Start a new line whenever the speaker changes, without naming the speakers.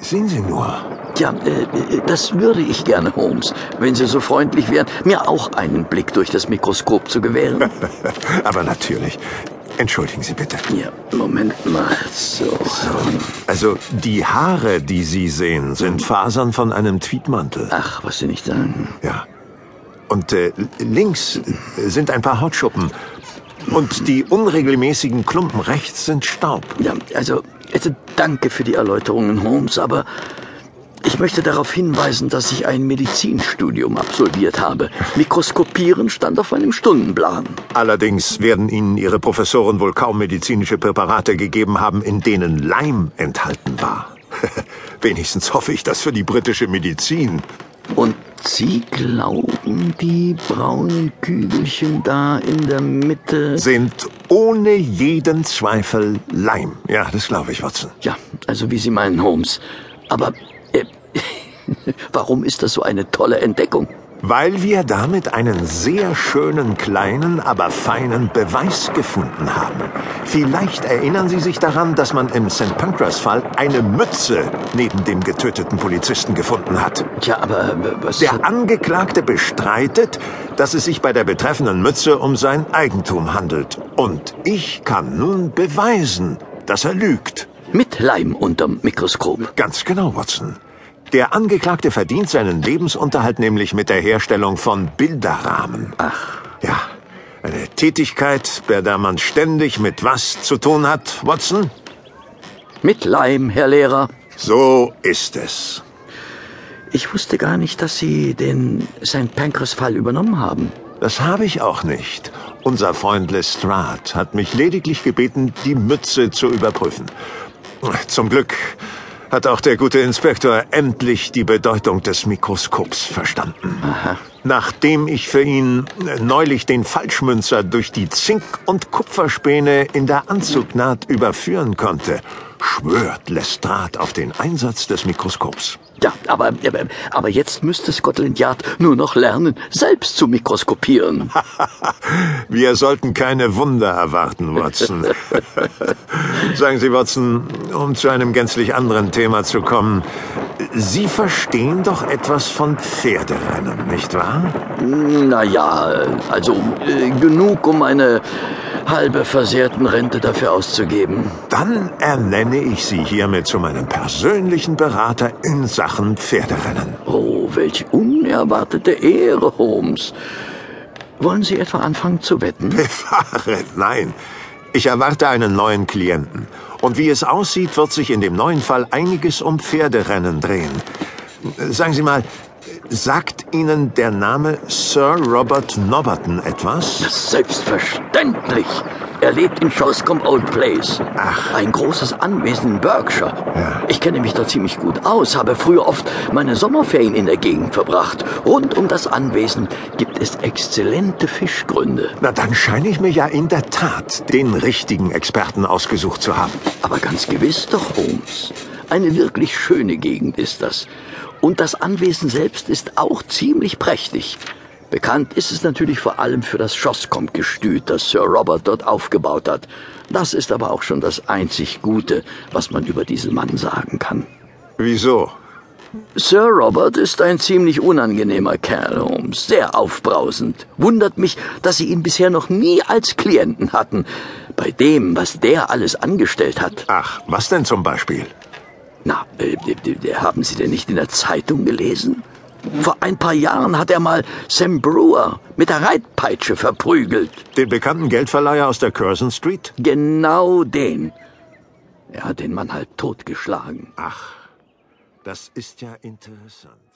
Sehen Sie nur.
Ja, äh, das würde ich gerne, Holmes, wenn Sie so freundlich wären, mir auch einen Blick durch das Mikroskop zu gewähren.
Aber natürlich. Entschuldigen Sie bitte.
Ja, Moment mal. So.
Also, die Haare, die Sie sehen, sind Fasern von einem Tweedmantel.
Ach, was Sie nicht sagen.
Ja. Und äh, links äh, sind ein paar Hautschuppen. Und die unregelmäßigen Klumpen rechts sind Staub.
Ja, also, also danke für die Erläuterungen, Holmes, aber ich möchte darauf hinweisen, dass ich ein Medizinstudium absolviert habe. Mikroskopieren stand auf meinem Stundenplan.
Allerdings werden Ihnen Ihre Professoren wohl kaum medizinische Präparate gegeben haben, in denen Leim enthalten war. Wenigstens hoffe ich das für die britische Medizin.
Und Sie glauben, die braunen Kügelchen da in der Mitte.
Sind ohne jeden Zweifel Leim. Ja, das glaube ich, Watson.
Ja, also wie Sie meinen, Holmes. Aber äh, warum ist das so eine tolle Entdeckung?
Weil wir damit einen sehr schönen kleinen, aber feinen Beweis gefunden haben. Vielleicht erinnern Sie sich daran, dass man im St. Pancras-Fall eine Mütze neben dem getöteten Polizisten gefunden hat.
Tja, aber äh, was.
Der Angeklagte bestreitet, dass es sich bei der betreffenden Mütze um sein Eigentum handelt. Und ich kann nun beweisen, dass er lügt.
Mit Leim unterm Mikroskop.
Ganz genau, Watson. Der Angeklagte verdient seinen Lebensunterhalt nämlich mit der Herstellung von Bilderrahmen.
Ach,
Ja, eine Tätigkeit, bei der man ständig mit was zu tun hat, Watson?
mit Leim, Herr Lehrer.
So ist es.
Ich wusste gar nicht, dass Sie den St. Pancras-Fall übernommen haben.
Das habe ich auch nicht. Unser Freund Lestrade hat mich lediglich gebeten, die Mütze zu überprüfen. Zum Glück hat auch der gute Inspektor endlich die Bedeutung des Mikroskops verstanden. Nachdem ich für ihn neulich den Falschmünzer durch die Zink- und Kupferspäne in der Anzugnaht überführen konnte, schwört Lestrade auf den Einsatz des Mikroskops.
Ja, aber, aber- aber jetzt müsste Scotland Yard nur noch lernen, selbst zu mikroskopieren.
Wir sollten keine Wunder erwarten, Watson. Sagen Sie, Watson, um zu einem gänzlich anderen Thema zu kommen. Sie verstehen doch etwas von Pferderennen, nicht wahr?
Naja, also äh, genug, um eine halbe versehrten Rente dafür auszugeben.
Dann ernenne ich Sie hiermit zu meinem persönlichen Berater in Sachen Pferderennen.
Oh, welch unerwartete Ehre, Holmes. Wollen Sie etwa anfangen zu wetten?
Bewahre, nein. Ich erwarte einen neuen Klienten. Und wie es aussieht, wird sich in dem neuen Fall einiges um Pferderennen drehen. Sagen Sie mal, sagt Ihnen der Name Sir Robert Nobberton etwas?
Selbstverständlich. Er lebt in Shoscombe Old Place.
Ach.
Ein großes Anwesen in Berkshire.
Ja.
Ich kenne mich da ziemlich gut aus, habe früher oft meine Sommerferien in der Gegend verbracht. Rund um das Anwesen gibt es exzellente Fischgründe.
Na, dann scheine ich mir ja in der Tat den richtigen Experten ausgesucht zu haben.
Aber ganz gewiss doch, Holmes. Eine wirklich schöne Gegend ist das. Und das Anwesen selbst ist auch ziemlich prächtig. Bekannt ist es natürlich vor allem für das Schoscombe-Gestüt, das Sir Robert dort aufgebaut hat. Das ist aber auch schon das einzig Gute, was man über diesen Mann sagen kann.
Wieso?
Sir Robert ist ein ziemlich unangenehmer Kerl, Holmes. Sehr aufbrausend. Wundert mich, dass Sie ihn bisher noch nie als Klienten hatten. Bei dem, was der alles angestellt hat.
Ach, was denn zum Beispiel?
Na, äh, d- d- d- haben Sie denn nicht in der Zeitung gelesen? Vor ein paar Jahren hat er mal Sam Brewer mit der Reitpeitsche verprügelt.
Den bekannten Geldverleiher aus der Curzon Street?
Genau den. Er hat den Mann halt totgeschlagen.
Ach, das ist ja interessant.